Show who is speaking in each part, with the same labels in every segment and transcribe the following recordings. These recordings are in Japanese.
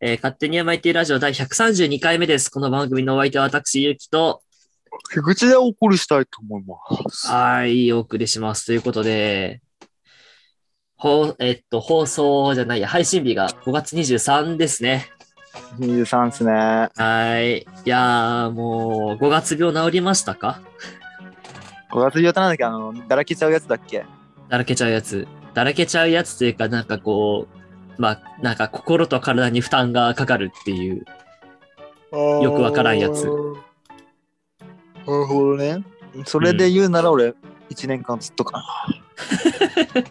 Speaker 1: えー勝手に甘いっていうラジオ第132回目です。この番組のお相手は私、ゆうきと、
Speaker 2: 菊池でお送りしたいと思います。
Speaker 1: はい、お送りします。ということで、ほえっと、放送じゃないや、配信日が5月23ですね。
Speaker 2: 23ですね。
Speaker 1: はい。いやー、もう、5月病治りましたか
Speaker 2: 5月病ってなんだっけあの、だらけちゃうやつだっけ
Speaker 1: だらけちゃうやつ。だらけちゃうやつというか、なんかこう、まあ、なんか心と体に負担がかかるっていう。
Speaker 2: よ
Speaker 1: くわからんやつ
Speaker 2: なるほどね。それで言うなら俺、1年間ずっとかな。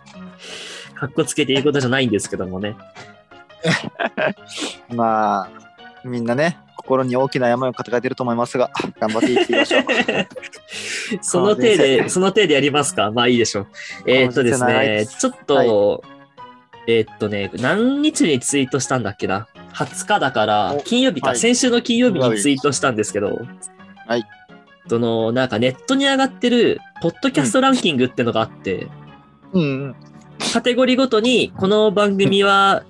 Speaker 1: かっこつけて言うことじゃないんですけどもね。
Speaker 2: まあ、みんなね、心に大きな病を抱えてると思いますが、頑張っていきましょう。
Speaker 1: その手で、その手でやりますかまあいいでしょう。えーっとです
Speaker 2: 長いで
Speaker 1: ね、
Speaker 2: す
Speaker 1: ちょっと、えーっとね、何日にツイートしたんだっけな ?20 日だから
Speaker 2: お、
Speaker 1: 金曜日か、
Speaker 2: はい
Speaker 1: 先週の金曜日にツイートしたんですけど、
Speaker 2: はい。
Speaker 1: その、なんかネットに上がってる、ポッドキャストランキングってのがあって、
Speaker 2: うん
Speaker 1: カテゴリーごとに、この番組は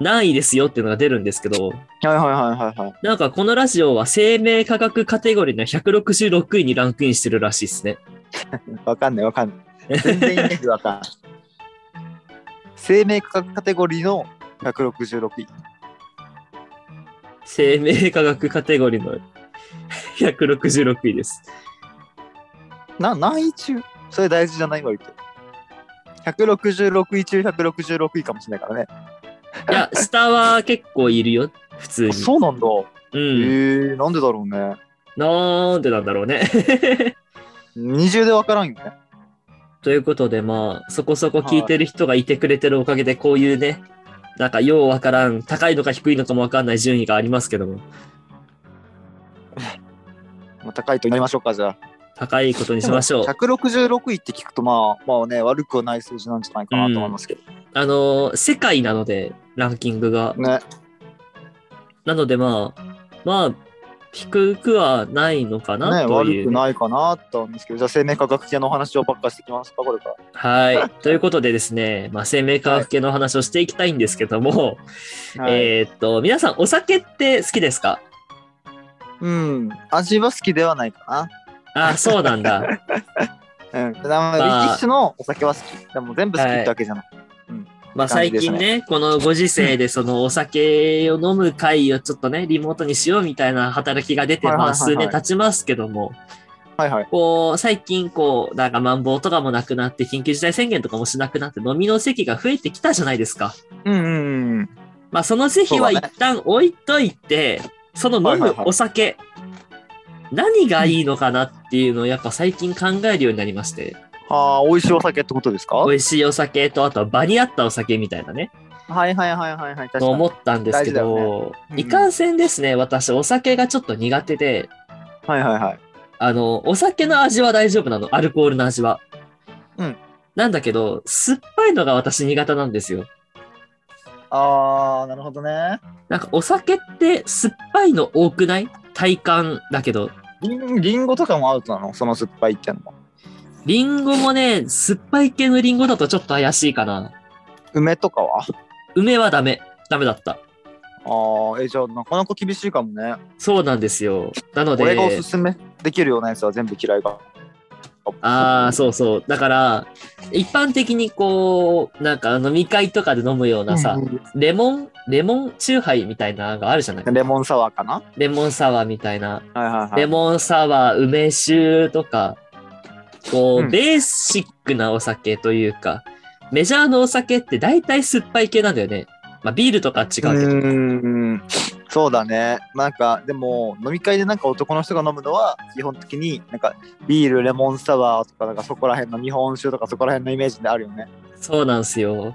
Speaker 1: 何位ですよっていうのが出るんですけど、
Speaker 2: うん。はいはいはいはいはい。
Speaker 1: なんかこのラジオは生命科学カテゴリーの166位にランクインしてるらしいですね。
Speaker 2: わかんないわかんない。全然イメージわかんない。生命科学カテゴリーの166位。
Speaker 1: 生命科学カテゴリーの166位です。
Speaker 2: な、何位中それ大事じゃない割と。166位中166位かもしれないからね。
Speaker 1: いや、下は結構いるよ、普通に。
Speaker 2: そうなんだ。
Speaker 1: う
Speaker 2: え
Speaker 1: ん。
Speaker 2: ー、なんでだろうね。
Speaker 1: なんでなんだろうね。
Speaker 2: 二重でわからんよね。
Speaker 1: ということで、まあ、そこそこ聞いてる人がいてくれてるおかげで、こういうね、なんかようわからん、高いのか低いのかもわかんない順位がありますけども、
Speaker 2: まあ、高いと言いましょうか、じゃあ。
Speaker 1: 高いことにしましょう。
Speaker 2: 166位って聞くと、まあ、まあね、悪くはない数字なんじゃないかなと思いますけど。
Speaker 1: あのー、世界なので、ランキングが。
Speaker 2: ね。
Speaker 1: なので、まあ、まあ、低くはないのか
Speaker 2: ね、
Speaker 1: なとい
Speaker 2: 悪
Speaker 1: う。
Speaker 2: くないかなと思うんですけど、じゃあ生命科学系のお話をばっかしてきますか、これから。
Speaker 1: はい。ということでですね、まあ、生命科学系の話をしていきたいんですけども、
Speaker 2: はい
Speaker 1: えーっと、皆さん、お酒って好きですか
Speaker 2: うん、味は好きではないか
Speaker 1: あ、そうなんだ。
Speaker 2: な。うん、だから一種のお酒は好き。でも全部好きってわけじゃない。
Speaker 1: まあ、最近
Speaker 2: 感じ
Speaker 1: ね、このご時世で、そのお酒を飲む会をちょっとね、リモートにしようみたいな働きが出て、
Speaker 2: はいはい
Speaker 1: ま
Speaker 2: は
Speaker 1: あ、
Speaker 2: いはい
Speaker 1: 数年経ちますけども、
Speaker 2: はいはい。
Speaker 1: こう、最近、こう、なんか、まん防とかもなくなって、緊急事態宣言とかもしなくなって、飲みの席が増えてきたじゃないですか。
Speaker 2: うんうんうん。
Speaker 1: まあ、その席は
Speaker 2: そう
Speaker 1: 一
Speaker 2: だ
Speaker 1: 旦置いといて、そ,、の飲
Speaker 2: はい
Speaker 1: む
Speaker 2: はいはい
Speaker 1: お酒、何がいいのかなっていうのを、やっぱ最近考えるようになりまして、
Speaker 2: ああ、美味しいお酒ってことですかは
Speaker 1: 美
Speaker 2: い
Speaker 1: 味しいお酒と、あとは場に合ったお酒みたいなね、
Speaker 2: はいはいはいはい。確
Speaker 1: のを
Speaker 2: かに。
Speaker 1: 思ったんですけ
Speaker 2: 大事だ
Speaker 1: ど、
Speaker 2: うん
Speaker 1: いかんせんですね、私、お酒がちょっと苦手で、
Speaker 2: はいはいはい。
Speaker 1: あの、お酒の味は大丈夫なの、アルコールの味は。
Speaker 2: うん。
Speaker 1: なんだけど、酸っぱいのが私苦手なんですよ。
Speaker 2: ああ、なるほどね。
Speaker 1: なんかお酒って酸っぱいの多くない体感だけど。
Speaker 2: りんりんごとかもアウトなのその酸っぱいってのも。
Speaker 1: リンゴもね、酸っぱい系のリンゴだとちょっと怪しいかな。
Speaker 2: 梅とかは
Speaker 1: 梅はダメ。ダメだった。
Speaker 2: ああ、え、じゃあなかなか厳しいかもね。
Speaker 1: そうなんですよ。なの
Speaker 2: 俺がお、
Speaker 1: です
Speaker 2: すめできるようなやつは全部嫌いが。
Speaker 1: ああ、そうそう。だから、一般的にこう、なんか飲み会とかで飲むようなさ
Speaker 2: う、ん
Speaker 1: レモン、レモンチューハイみたいなのがあるじゃない
Speaker 2: レモンサワーかな
Speaker 1: レモンサワーみたいな。
Speaker 2: はいはいはい。
Speaker 1: レモンサワー、梅酒とか、こう、
Speaker 2: うん
Speaker 1: ベーシックなお酒というか、メジャーのお酒って大体酸っぱい系なんだよね。まあ、ビールとかは違うけど。
Speaker 2: うーんそうだねなんかでも飲み会でなんか男の人が飲むのは基本的になんかビールレモンサワーとかなんかそこら辺の日本酒とかそこら辺のイメージであるよね
Speaker 1: そうなんですよ。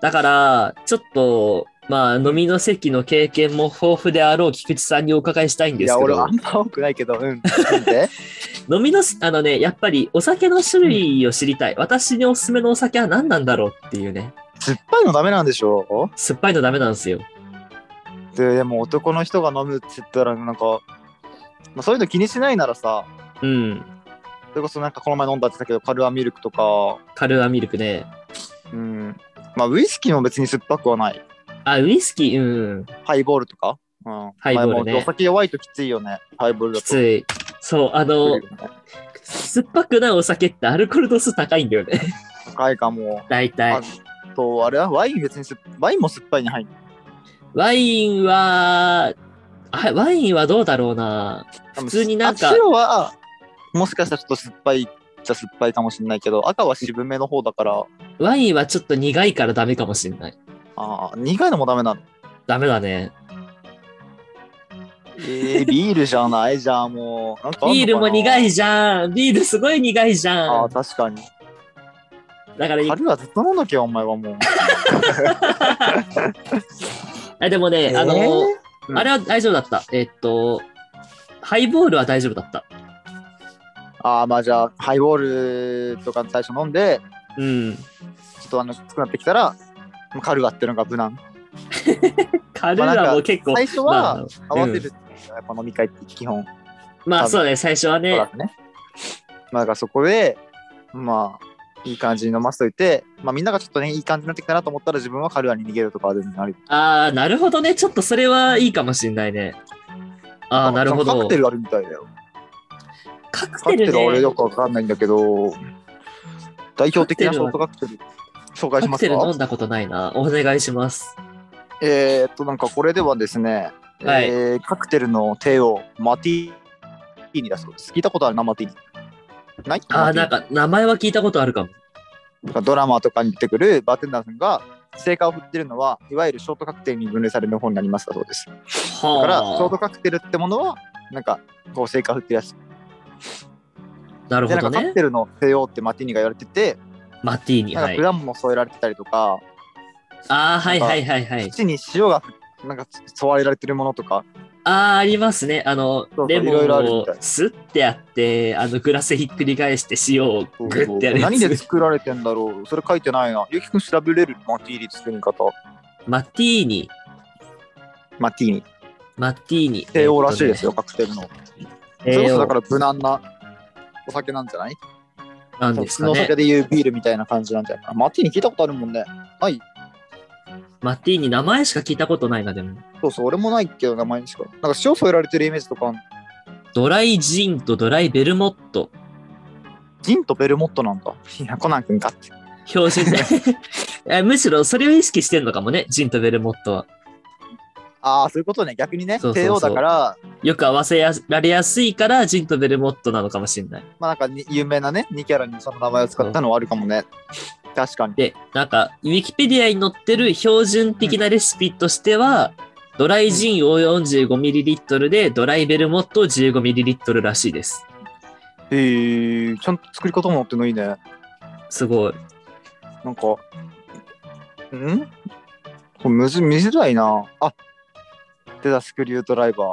Speaker 1: だから、ちょっと、まあ、飲みの席の経験も豊富であろう菊池さんにお伺いしたいん
Speaker 2: い
Speaker 1: です
Speaker 2: や
Speaker 1: け
Speaker 2: 俺
Speaker 1: ど
Speaker 2: はあ、んま多くないけど うんなんで
Speaker 1: 飲みのす、あのね、やっぱりお酒の種類を知りたい。私におすすめのお酒は何なんだろうっていうね。
Speaker 2: 酸っぱいのダメなんでしょ
Speaker 1: 酸っぱいのダメなんですよ。
Speaker 2: ででも男の人が飲むって言ったらなんか、まあ、そういうの気にしないならさ
Speaker 1: うん。
Speaker 2: それこそなんかこの前飲んだって言ったけどカルアミルクとか
Speaker 1: カルアミルクね。
Speaker 2: うんまあウイスキーも別に酸っぱくはない
Speaker 1: あ、ウイスキー、うん、
Speaker 2: ハイボールとかうん。
Speaker 1: ハイボールね
Speaker 2: まあもうお酒弱いときついよね。ハイボールだ
Speaker 1: き
Speaker 2: と。
Speaker 1: つい。そう、あの、酸っぱくないお酒ってアルコール度数高いんだよね。
Speaker 2: 高いかも。
Speaker 1: 大体。
Speaker 2: あと、あれはワイン別にす、ワインも酸っぱいに入る。
Speaker 1: ワインは、あワインはどうだろうな。普通になんか
Speaker 2: あ白は、もしかしたらちょっと酸っぱいっちゃ酸っぱいかもしれないけど、赤は渋めの方だから、
Speaker 1: ワインはちょっと苦いからダメかもしれない。
Speaker 2: あー苦いのもダメなの。
Speaker 1: ダメだね。
Speaker 2: えー、ビールじゃないじゃん、もう。なんかあんのかな
Speaker 1: ビールも苦いじゃん。ビールすごい苦いじゃ
Speaker 2: ああ、
Speaker 1: ん。
Speaker 2: 確かに。
Speaker 1: だから、
Speaker 2: 春はずっと飲んどけよ、お前はもう。
Speaker 1: あでもね、あ
Speaker 2: え
Speaker 1: の
Speaker 2: ー、うん
Speaker 1: あれは大丈夫だった。えっと、ハイボールは大丈夫だった。
Speaker 2: ああ、まあじゃあ、ハイボールとか最初飲んで、
Speaker 1: うん。
Speaker 2: ちょっとあの、きつくなってきたら、もうカルガっていうのが無難。
Speaker 1: カルー
Speaker 2: まあ
Speaker 1: ラ
Speaker 2: なん
Speaker 1: も
Speaker 2: か
Speaker 1: 結構、
Speaker 2: 最
Speaker 1: ま
Speaker 2: 初
Speaker 1: あ
Speaker 2: は合わせるっていうのがやっぱ飲み会って基本。
Speaker 1: ま
Speaker 2: 多
Speaker 1: あ
Speaker 2: 分
Speaker 1: そうだね、最初は
Speaker 2: そう
Speaker 1: ね
Speaker 2: だ。ね。まあだからそこで、まあ、いい感じに飲ませといて、まあみんながちょっとね、いい感じになってきたなと思ったら自分はカルガに逃げるとかは全然ある。
Speaker 1: ああ、なるほどね。ちょっとそれはいいかもしんないね。ああ、なるほ
Speaker 2: カ
Speaker 1: ど
Speaker 2: クテ。ルあるみたいだよ。
Speaker 1: カク
Speaker 2: カク
Speaker 1: テ
Speaker 2: テ
Speaker 1: ル
Speaker 2: ルは俺
Speaker 1: ね。
Speaker 2: よくわかんないんだけど、代表的なショートカクテル、紹介し
Speaker 1: カ
Speaker 2: ま
Speaker 1: クテ
Speaker 2: す
Speaker 1: ル
Speaker 2: か
Speaker 1: 飲んだことないな。お願いします。
Speaker 2: えー、っと、なんかこれではですね、
Speaker 1: はい
Speaker 2: えーカクテルの帝王、マティーニだそうです。聞いたことあるな、マティーニ。ない
Speaker 1: ああ、
Speaker 2: マティーニ
Speaker 1: なんか名前は聞いたことあるかも。
Speaker 2: ドラマとかに出てくるバーテンダーさんが、成果を振ってるのは、いわゆるショートカクテルに分類される本になりますだそうです。だから、ショー
Speaker 1: は
Speaker 2: トカクテルってものは、なんか、こう、成果を振ってるやつ。
Speaker 1: あ。なる
Speaker 2: で、
Speaker 1: ほ
Speaker 2: なん
Speaker 1: ど
Speaker 2: かカ
Speaker 1: ね
Speaker 2: ク。テルの帝王ってマティーニが言われてて、
Speaker 1: マティーニ。
Speaker 2: なん
Speaker 1: は
Speaker 2: か
Speaker 1: い
Speaker 2: 果。物も添えられてたりとか、
Speaker 1: ああ、はいはいはいはい。
Speaker 2: 土に塩がなんか添えられてるものとか、
Speaker 1: ああ、ありますね。あの
Speaker 2: そう、
Speaker 1: レモ
Speaker 2: いろいろあ
Speaker 1: ン
Speaker 2: るみ
Speaker 1: を
Speaker 2: たい
Speaker 1: すってやって、あの、グラスひっくり返して塩をグッてやるや
Speaker 2: 何で
Speaker 1: つ。
Speaker 2: 作られてんだろうそれ書いてないな。ゆきくん調べれるマティーニ作り方。
Speaker 1: マティーニ、
Speaker 2: マティーニ。
Speaker 1: マティーニ。
Speaker 2: 帝王らしいですよ、カクテルの。それこ
Speaker 1: 帝
Speaker 2: そだ
Speaker 1: 王
Speaker 2: から無難なお酒なんじゃない
Speaker 1: なん
Speaker 2: 普
Speaker 1: です
Speaker 2: 通
Speaker 1: か
Speaker 2: のお酒
Speaker 1: ね。
Speaker 2: でいうビールみたいな感じなんじゃないかな。マティーニ聞いたことあるもんね。はい。
Speaker 1: マティーニ、名前しか聞いたことないな、でも。
Speaker 2: そうそう、俺もないけど、名前にしか。なんか塩添えられてるイメージとかあんの、
Speaker 1: ドライジンとドライベルモット。
Speaker 2: ジンとベルモットなんだ。 いや、コナン君かって。
Speaker 1: 標準 でえ。むしろそれを意識してんのかもね、ジンとベルモットは。
Speaker 2: ああ、そういうことね。逆にね、
Speaker 1: そうそうそう
Speaker 2: 帝王だから、
Speaker 1: よく合わせやられやすいから、ジンとベルモットなのかもしれない。
Speaker 2: まあなんかに有名なね、2キャラにその名前を使ったのはあるかもね。確かに。
Speaker 1: で、なんか、ウィキペディアに載ってる標準的なレシピとしては、ドライジンを 45ml で、ドライベルモットを 15ml らしいです。
Speaker 2: へーちゃんと作り方も載ってんのいいね。
Speaker 1: すごい。
Speaker 2: なんか、んこれむず見づらいな。あ出たスクリュードライバ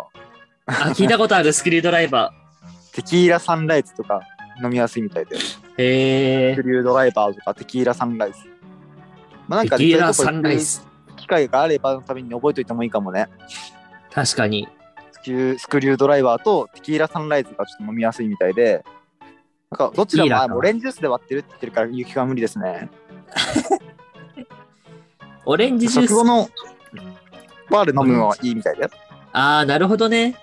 Speaker 2: ー。
Speaker 1: あ、聞いたことある、スクリュードライバ
Speaker 2: テキーラサンライズとか飲みやすいみたいで。ス
Speaker 1: ー。へ
Speaker 2: ク
Speaker 1: ー。
Speaker 2: リュードライバーとかテキーラサンライズ。まあなん
Speaker 1: テ
Speaker 2: かね
Speaker 1: キーラ
Speaker 2: そう
Speaker 1: サ
Speaker 2: いうとこ
Speaker 1: ンライズ。
Speaker 2: 行く機会があればのために覚えておいてもいいかもね。
Speaker 1: 確かに。
Speaker 2: スキュースクリュードライバーとテキーラサンライズがちょっと飲みやすいみたいで、なんかどちら
Speaker 1: テキーラ
Speaker 2: も
Speaker 1: か
Speaker 2: あもうオレンジジュースで割ってるって言ってるから、雪は無理ですね。
Speaker 1: オレンジジュース。
Speaker 2: 食後のバーで飲むのはいいみたいだよ。
Speaker 1: ああ、なるほどね。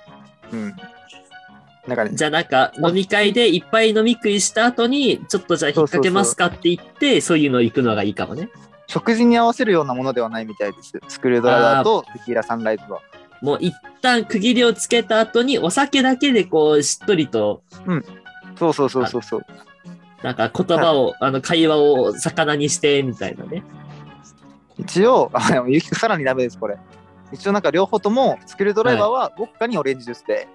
Speaker 2: うん。なんかね、
Speaker 1: じゃあなんか飲み会でいっぱい飲み食いした後に、ちょっとじゃあ引っ掛けますかって言って、そういうの行くのがいいかもね。
Speaker 2: 食事に合わせるようなものではないみたいです。スクリュードライバーとテキーラサンライズは。
Speaker 1: もう一旦区切りをつけた後に、お酒だけでこう、しっとりと、
Speaker 2: そうそうそうそうそう。
Speaker 1: なんか言葉を、あの、会話を魚にして、みたいなね。
Speaker 2: 一応、あでもゆきさらにダメです、これ。一応なんか両方とも、スクリュードライバーはウォッカにオレンジジュースで、テ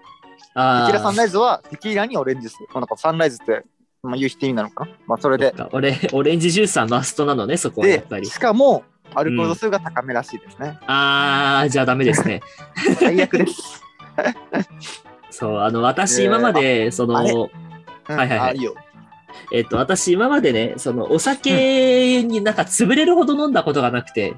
Speaker 1: あ
Speaker 2: キーラサンラ
Speaker 1: あ。
Speaker 2: イズはテキーラにオレンジジュース。まあなんかサンライズって、まあ、言う人意味なのかな。まあそれで、
Speaker 1: 俺、オレンジジュースはマストなのね、そこはやっ
Speaker 2: で
Speaker 1: ぱ、り。
Speaker 2: しかも、アルコール度数が高めらしいですね。
Speaker 1: ああ、じゃあダメです ね。
Speaker 2: 最悪です。
Speaker 1: そう、あの、私
Speaker 2: えー
Speaker 1: 今まで、そ
Speaker 2: あれ
Speaker 1: の、
Speaker 2: うん
Speaker 1: はいはいはい
Speaker 2: あいよ。
Speaker 1: えっと、私今までね、その、お酒になんか潰れるほど飲んだことがなくて、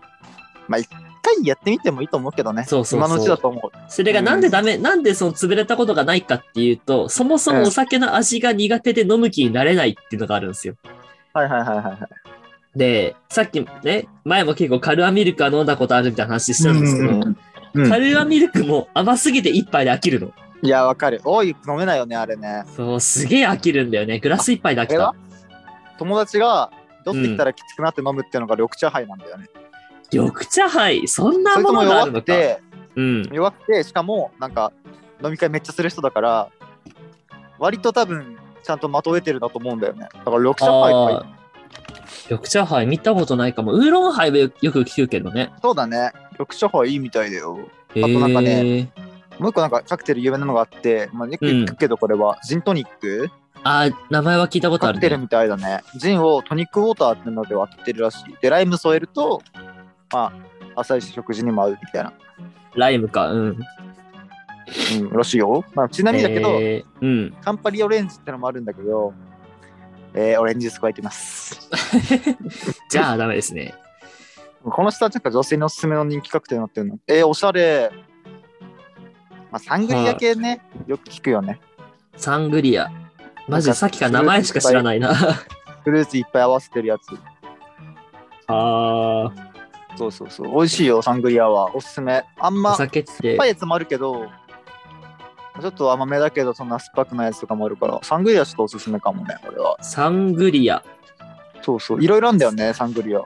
Speaker 2: 一回やってみてもいいと思うけどね。
Speaker 1: そうそうそう
Speaker 2: 今のうちだと思う。
Speaker 1: それがなんでダメ、なんでその潰れたことがないかっていうと、そもそもお酒の味が苦手で飲む気になれないっていうのがあるんですよ。
Speaker 2: はいはいはいはいはい。
Speaker 1: で、さっきね、前も結構カルアミルクは飲んだことあるみたいな話したんですけど、
Speaker 2: うん
Speaker 1: カルアミルクも甘すぎて一杯で飽きるの。
Speaker 2: いや、わかる。おい、飲めないよね、あれね。
Speaker 1: そう、すげえ飽きるんだよね。グラス一杯で飽
Speaker 2: あ
Speaker 1: き
Speaker 2: れ
Speaker 1: た
Speaker 2: は。友達が酔ってきたらきつくなって飲むっていうのが緑茶杯なんだよね。
Speaker 1: 緑茶杯、そんな
Speaker 2: それ
Speaker 1: も
Speaker 2: と
Speaker 1: の
Speaker 2: も
Speaker 1: があ
Speaker 2: 弱
Speaker 1: るの
Speaker 2: く
Speaker 1: か。
Speaker 2: て、
Speaker 1: うん。
Speaker 2: 弱くて、しかも、なんか、飲み会めっちゃする人だから、割と多分、ちゃんとまとえてるんだと思うんだよね。だから緑茶杯とか言う
Speaker 1: あー緑茶杯見たことないかも。ウーロン杯はよく聞くけどね。
Speaker 2: そうだね。緑茶杯いいみたいだよ。
Speaker 1: あ
Speaker 2: となんかねもう一個なんかカクテル有名なのがあって、まあ、よく聞くけどこれは、ジントニック
Speaker 1: あー、名前は聞いたことあ
Speaker 2: カ
Speaker 1: る、
Speaker 2: クテル
Speaker 1: ね。
Speaker 2: みたいだね。ジンをトニックウォーターってので割ってるらしい。で、ライム添えると、まあ、朝一食事にも合うみたいな。
Speaker 1: ライムか。うん。
Speaker 2: うん、らしいよ。まあ、ちなみにだけど、
Speaker 1: えーうん。
Speaker 2: カンパリオレンジってのもあるんだけど、えー、オレンジジュース加えてます。
Speaker 1: じゃあダメですね。
Speaker 2: この下、ちょっと女性におすすめの人気カクテルになってるの。えー、おしゃれ。まあ、サングリア系ね、よく聞くよね。
Speaker 1: サングリア。マジでさっきから名前しか知らないな。
Speaker 2: フルーツいっぱい合わせてるやつ。
Speaker 1: あー、
Speaker 2: そうそうそう。美味しいよ、サングリアは。おすすめ。あん
Speaker 1: お
Speaker 2: ま、酸っ
Speaker 1: 酒って
Speaker 2: ぱいやつもあるけど、ちょっと甘めだけど、そんな酸っぱくないやつとかもあるから、サングリアちょっとおすすめかもね、俺は。
Speaker 1: サングリア。
Speaker 2: そうそう。いろいろあんだよね、サングリア。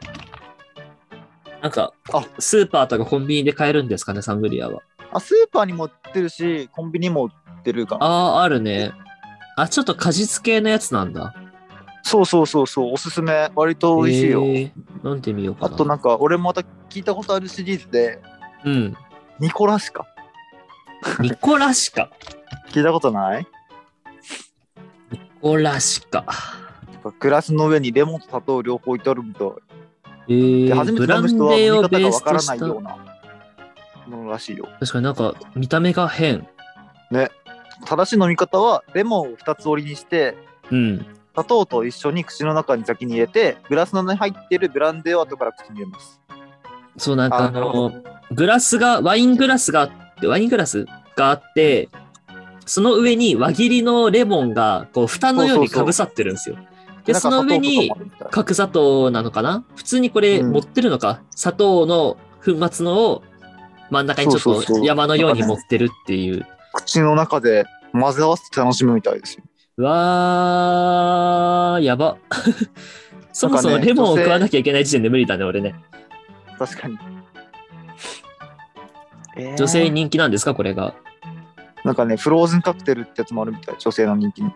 Speaker 1: なんか
Speaker 2: あ、
Speaker 1: スーパーとかコンビニで買えるんですかね、サングリアは。
Speaker 2: あ、スーパーにも売ってるし、コンビニも売ってるかな。
Speaker 1: あー、あるね。あ、ちょっと果実系のやつなんだ。
Speaker 2: そうそうそうそう、おすすめ。割と美味しい
Speaker 1: え
Speaker 2: よ。
Speaker 1: ー飲んでみようか
Speaker 2: あ
Speaker 1: な。
Speaker 2: となんか、俺もまた聞いたことあるシリーズで、
Speaker 1: うん。
Speaker 2: ニコラシカ。
Speaker 1: ニコラシカ。
Speaker 2: 聞いたことない
Speaker 1: ニコラシカ。
Speaker 2: グラスの上にレモンと砂糖両方置いてあるみたい。
Speaker 1: えー
Speaker 2: で、初めて
Speaker 1: ブラン
Speaker 2: 飲む
Speaker 1: デ
Speaker 2: 人は飲み
Speaker 1: ーをベ
Speaker 2: 方が
Speaker 1: ー
Speaker 2: わ
Speaker 1: ス
Speaker 2: か
Speaker 1: と
Speaker 2: ら
Speaker 1: し
Speaker 2: な
Speaker 1: た
Speaker 2: い。ようなものらしいよ。
Speaker 1: 確かになんか見た目が変。
Speaker 2: 正しい飲み方は、レモンを2つ折りにして、
Speaker 1: うん。
Speaker 2: 砂糖と一緒に口の中に先に入れて、グラスの中に入ってるブランデーを後から口に入れます。
Speaker 1: そうなんかあ
Speaker 2: なるほ
Speaker 1: の、グラスが、ワイングラスがあって、ワイングラスがあって、その上に輪切りのレモンが、こう、蓋のようにかぶさってるんですよ。で、その上に、
Speaker 2: か
Speaker 1: 角砂糖なのかな普通にこれ
Speaker 2: うん
Speaker 1: 持ってるのか、砂糖の粉末のを真ん中にち
Speaker 2: そ
Speaker 1: ょ
Speaker 2: う
Speaker 1: っ
Speaker 2: そ
Speaker 1: と
Speaker 2: うそう
Speaker 1: 山のように持ってるっていう。
Speaker 2: 口の中で混ぜ合わせて楽しむみたいですよ。
Speaker 1: うわー、やば。 そもそもレモンを食わなきゃいけない時点で無理だね、俺ね。
Speaker 2: 確かに。えー
Speaker 1: 女性に人気なんですか、これが。
Speaker 2: なんかね、フローズンカクテルってやつもあるみたい、女性の人気に。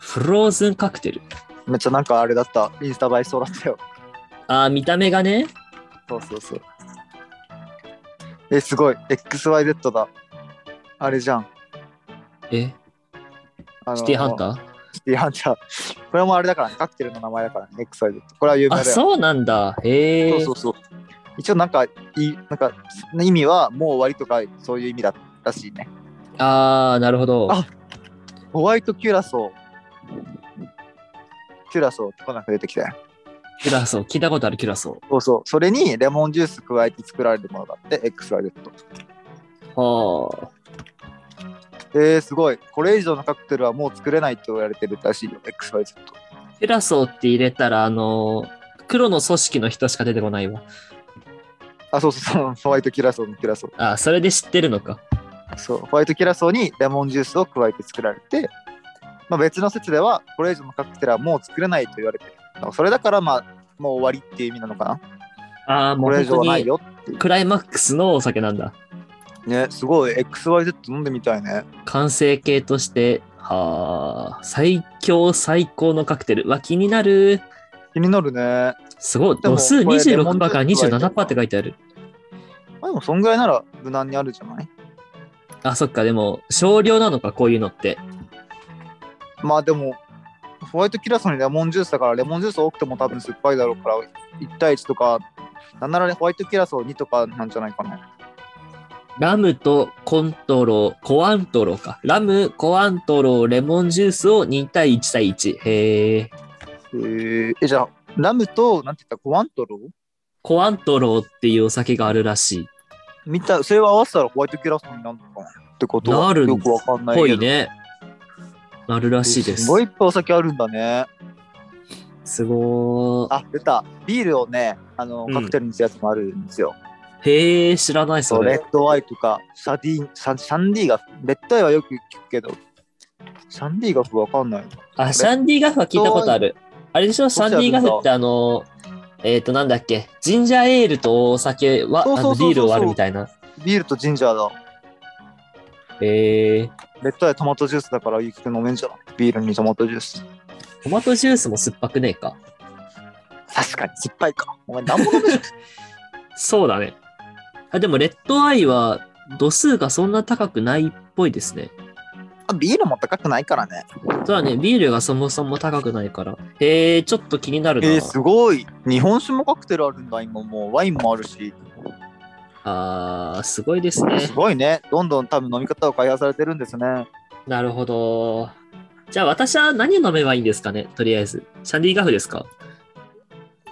Speaker 1: フローズンカクテル。
Speaker 2: めっちゃなんかあれだった、インスタ映えしそうだっ たよ。
Speaker 1: あー、見た目がね。
Speaker 2: そうそうそう。え、すごい、XYZ だ。あれじゃん。
Speaker 1: え、
Speaker 2: あの
Speaker 1: シティハンター
Speaker 2: シティハンター。これもあれだからね、カクテルの名前だからね、XYZ。これは有名
Speaker 1: あ、
Speaker 2: だよ。
Speaker 1: そうなんだ。へ
Speaker 2: そう
Speaker 1: え
Speaker 2: そ。うそう。一応なんか、いなんか意味はもう終わりとかそういう意味だったらしいね。
Speaker 1: あー、なるほど。
Speaker 2: あホワイトキュラソー。キュラソーってこんなんか出てきたよ。
Speaker 1: キュラソー、聞いたことあるキュラソ
Speaker 2: そうそう。それにレモンジュース加えて作られるものだって、XYZ。
Speaker 1: ー。は
Speaker 2: えー、すごい。これ以上のカクテルはもう作れないと言われてるらしいよ、XYZ。
Speaker 1: あ。キュラソーって入れたら、あのー黒の組織の人しか出てこないわ。
Speaker 2: あ、そうそうそう。ホワイトキュラソーのキュラソ
Speaker 1: あ、それで知ってるのか。
Speaker 2: ー。そう。ホワイトキュラソーにレモンジュースを加えて作られて、まあ、別の説では、これ以上のカクテルはもう作れないと言われてる。だからそれだから、まあ、もう終わりっていう意味なのかな。
Speaker 1: ああ、も
Speaker 2: こ
Speaker 1: う
Speaker 2: れ以上
Speaker 1: 本
Speaker 2: は
Speaker 1: 当
Speaker 2: ない
Speaker 1: に
Speaker 2: よ。
Speaker 1: クライマックスのお酒なんだ。
Speaker 2: ね、すごい。XYZ 飲んでみたいね。
Speaker 1: 完成形として、はあ、最強最高のカクテル。わ、気になる。
Speaker 2: 気になるね。
Speaker 1: すごい。
Speaker 2: でも
Speaker 1: 度数
Speaker 2: これレモ
Speaker 1: 26%
Speaker 2: ンジュース
Speaker 1: から27%
Speaker 2: 加え
Speaker 1: ってて
Speaker 2: る
Speaker 1: 書いてある。
Speaker 2: まあ、でも、そんぐらいなら無難にあるじゃない
Speaker 1: あ、そっか、でも、少量なのか、こういうのって。
Speaker 2: まあでも、ホワイトキュラソーにレモンジュースだから、レモンジュース多くても多分酸っぱいだろうから、1対1とか、なんならホワイトキュラソー2とかなんじゃないかな。
Speaker 1: ラムとコントロ、コアントロか。ラム、コアントロ、レモンジュースを2対1対1。へえ。
Speaker 2: ええ、じゃあ、ラムと、なんて言った、コアントロ
Speaker 1: コアントロっていうお酒があるらしい。
Speaker 2: みたそれを合わせたらホワイトキュラソーになるのかなってことは
Speaker 1: なるん
Speaker 2: よくわかんないけ
Speaker 1: ぽ
Speaker 2: ど。
Speaker 1: いね。あるらしいです
Speaker 2: す。ごいいっぱいお酒あるんだね。
Speaker 1: すごー。
Speaker 2: あ、出た。ビールをね、あの、
Speaker 1: うん
Speaker 2: カクテルにするやつもあるんですよ。
Speaker 1: へえ、知らない
Speaker 2: そ
Speaker 1: そう
Speaker 2: レ
Speaker 1: れ。
Speaker 2: ッドアイとか、サディサシャンディガフ。レッドアイはよく聞くけど、シャンディガフわかんない。
Speaker 1: あ、シャンディガフは聞いたことある。あれでしょシャンディガフってあの、えっ、と、なんだっけ、ジンジャーエールとお酒は、あ
Speaker 2: そうそ
Speaker 1: の
Speaker 2: うそ
Speaker 1: ビ
Speaker 2: うそうそう
Speaker 1: ールを割るみたいな。
Speaker 2: ビールとジンジャーだ。
Speaker 1: へえ。
Speaker 2: レッドアイトマトジュースだから、ゆきくん飲めんじゃないビールにトマトジュース。
Speaker 1: トマトジュースも酸っぱくねえか。
Speaker 2: 確かに、酸っぱいか。お前、なんも飲めじゃん。
Speaker 1: そうだね。あ、でも、レッドアイは度数がそんな高くないっぽいですね。
Speaker 2: あビールも高くないからね。
Speaker 1: そうだね、ビールがそもそも高くないから。へえ、ちょっと気になるな。
Speaker 2: えー、すごい。日本酒もカクテルあるんだ、今もう。ワインもあるし。
Speaker 1: あー、すごいですね。
Speaker 2: すごいね。どんどん多分飲み方を開発されてるんですね。
Speaker 1: なるほど。じゃあ私は何飲めばいいんですかねとりあえず。シャンディガフですか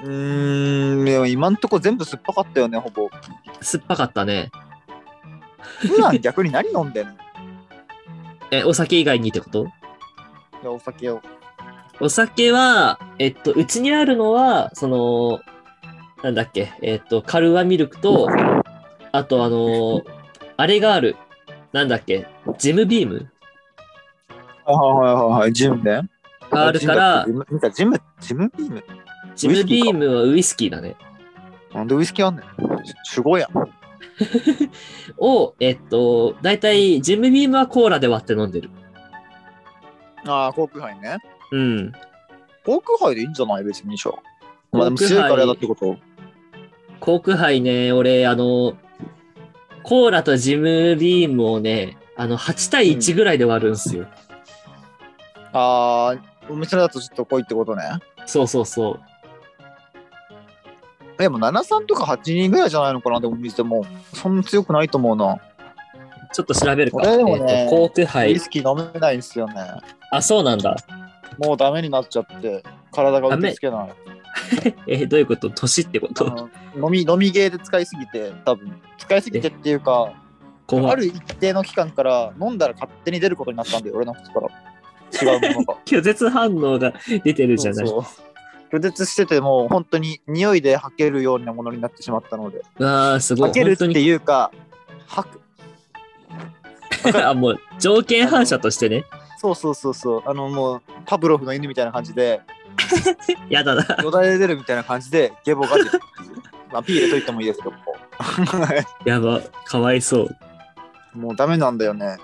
Speaker 2: うーん、でも今んとこ全部酸っぱかったよね、ほぼ。
Speaker 1: 酸っぱかったね。
Speaker 2: 普段逆に何飲んでんの い
Speaker 1: え、お酒以外にってこと
Speaker 2: やお酒を。
Speaker 1: お酒は、えっと、うちにあるのは、その、なんだっけ、えっと、カルアミルクと、あとあの、あれがある。なんだっけ、ジムビーム
Speaker 2: はいはいはいはい、ジムね。
Speaker 1: があるから
Speaker 2: ジ、ム見たジム、ジムビーム。
Speaker 1: ジムビームはウイスキーだね。
Speaker 2: なんでウイスキーあんねん。すごいやん。
Speaker 1: を、えっと、だいたいジムビームはコーラで割って飲んでる。
Speaker 2: ああ、コークハイね。
Speaker 1: うん。
Speaker 2: コークハイでいいんじゃない別にしょ。まあでも強いからやだってこと。
Speaker 1: コーク杯ね、俺、あの、コーラとジムビームをね、あの、8対1ぐらいで割るんすよ。
Speaker 2: ああ、お店だとちょっと濃いってことね。
Speaker 1: そうそうそう。
Speaker 2: でも73とか8人ぐらいじゃないのかなでも水でもそんな強くないと思うな、
Speaker 1: ちょっと調べるか。
Speaker 2: 俺でもね
Speaker 1: えっとコーク
Speaker 2: ウイ
Speaker 1: 杯。
Speaker 2: スキー飲めないんですよね
Speaker 1: あ、そうなんだ。
Speaker 2: もうダメになっちゃって体が受け付けない
Speaker 1: え、どういうこと年ってこと
Speaker 2: あの飲み飲みゲーで使いすぎて多分使いすぎてっていうか
Speaker 1: 怖
Speaker 2: あ
Speaker 1: い。
Speaker 2: る一定の期間から飲んだら勝手に出ることになったんで俺の口から違うものが
Speaker 1: 拒絶反応が出てる じゃない。う
Speaker 2: そうそう拒絶しててもう本当に匂いで吐けるようなものになってしまったので
Speaker 1: わー、すごい。
Speaker 2: 吐ける
Speaker 1: 本
Speaker 2: って
Speaker 1: 当に。
Speaker 2: いうか吐く
Speaker 1: あ、もう、条件反射としてね。
Speaker 2: そうそうそうそうあのもうパブロフの犬みたいな感じで
Speaker 1: やだな。
Speaker 2: よだれ出るみたいな感じでゲボが出るっていう。まあ、ピー入れといてもいいですけど、ここ
Speaker 1: やば。かわいそう。
Speaker 2: もうダメなんだよね。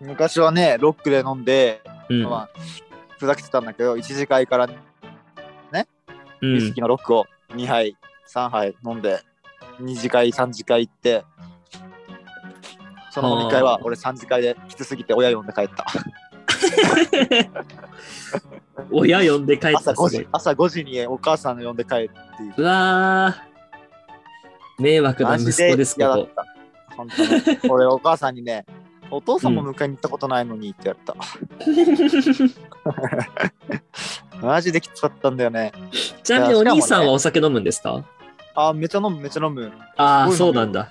Speaker 2: 昔はね、ロックで飲んで、
Speaker 1: うん。
Speaker 2: まあ、ふざけてたんだけど、一次会から
Speaker 1: う
Speaker 2: ウイス
Speaker 1: ん
Speaker 2: キ。ーのロックを2杯、3杯飲んで、二次会、3次会行って、その飲み会
Speaker 1: あ
Speaker 2: は
Speaker 1: ー
Speaker 2: 俺3次会できつすぎて親呼んで帰った。
Speaker 1: 親呼んで帰っ
Speaker 2: 朝
Speaker 1: た。す
Speaker 2: 5
Speaker 1: ご
Speaker 2: 時
Speaker 1: い。
Speaker 2: 朝5時にお母さん呼んで帰るっていう。
Speaker 1: うわー。迷惑な
Speaker 2: マ
Speaker 1: 息
Speaker 2: ジ
Speaker 1: 子です、
Speaker 2: 嫌だ
Speaker 1: こ
Speaker 2: っ
Speaker 1: こ。
Speaker 2: た。本当に俺、お母さんにね、お父さんも迎えに行ったことないのにって言われ た。マジできつかったんだよね。
Speaker 1: ちなみにお兄さん
Speaker 2: いやしかもね
Speaker 1: はお酒飲むんですか
Speaker 2: あー、めちゃ飲む、めちゃ飲む。
Speaker 1: ああ、
Speaker 2: す
Speaker 1: そう
Speaker 2: ごい飲むよ
Speaker 1: なんだ。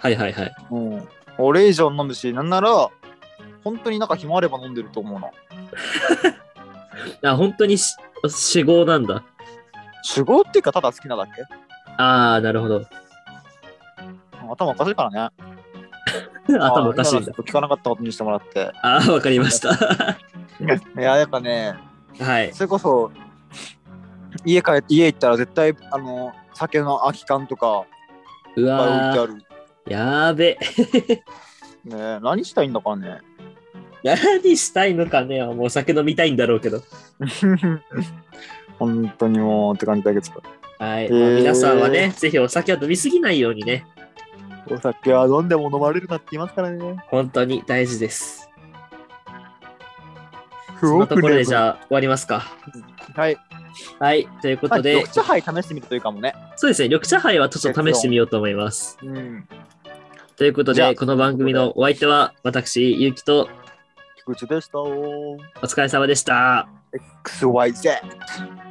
Speaker 1: はいはいはい。
Speaker 2: うん。俺以上飲むし、なんなら、本当になんか暇あれば飲んでると思うな。
Speaker 1: あ本当にし主語なんだ。
Speaker 2: 酒豪っていうか、ただ好きなだけ。
Speaker 1: ああ、なるほど。
Speaker 2: 頭おかしいからね。
Speaker 1: 頭おかしいん
Speaker 2: あー今のはちょ
Speaker 1: だ
Speaker 2: っ。と聞かなかったことにしてもらって。
Speaker 1: ああ、わかりました。
Speaker 2: いや、やっぱね、
Speaker 1: はい。
Speaker 2: それこそ、家帰って、家行ったら絶対、あの、酒の空き缶とか、
Speaker 1: う
Speaker 2: いっぱい置い
Speaker 1: わ
Speaker 2: てあ
Speaker 1: ー
Speaker 2: る。
Speaker 1: やーべ。
Speaker 2: ねえ何したいんだかね。
Speaker 1: 何したいのかね。もうお酒飲みたいんだろうけど。
Speaker 2: 本当にもうって感じだけど。
Speaker 1: はい。
Speaker 2: へー
Speaker 1: まあ皆さんはね、ぜひお酒を飲みすぎないようにね。
Speaker 2: お酒は飲んでも飲まれるなって言いますからね。
Speaker 1: 本当に大事です。
Speaker 2: す
Speaker 1: そんなところでじ
Speaker 2: あ。
Speaker 1: ゃあ終わりますか。
Speaker 2: はい。
Speaker 1: はい。ということで
Speaker 2: 緑、茶杯試してみるというかもね。
Speaker 1: そうですね。緑茶杯はちょっと試してみようと思います。
Speaker 2: うん。
Speaker 1: ということ
Speaker 2: じゃ
Speaker 1: で、
Speaker 2: あ
Speaker 1: この番組のお相手は私、ゆうきと
Speaker 2: 菊池でした。
Speaker 1: お疲れ様でした。
Speaker 2: XYZ。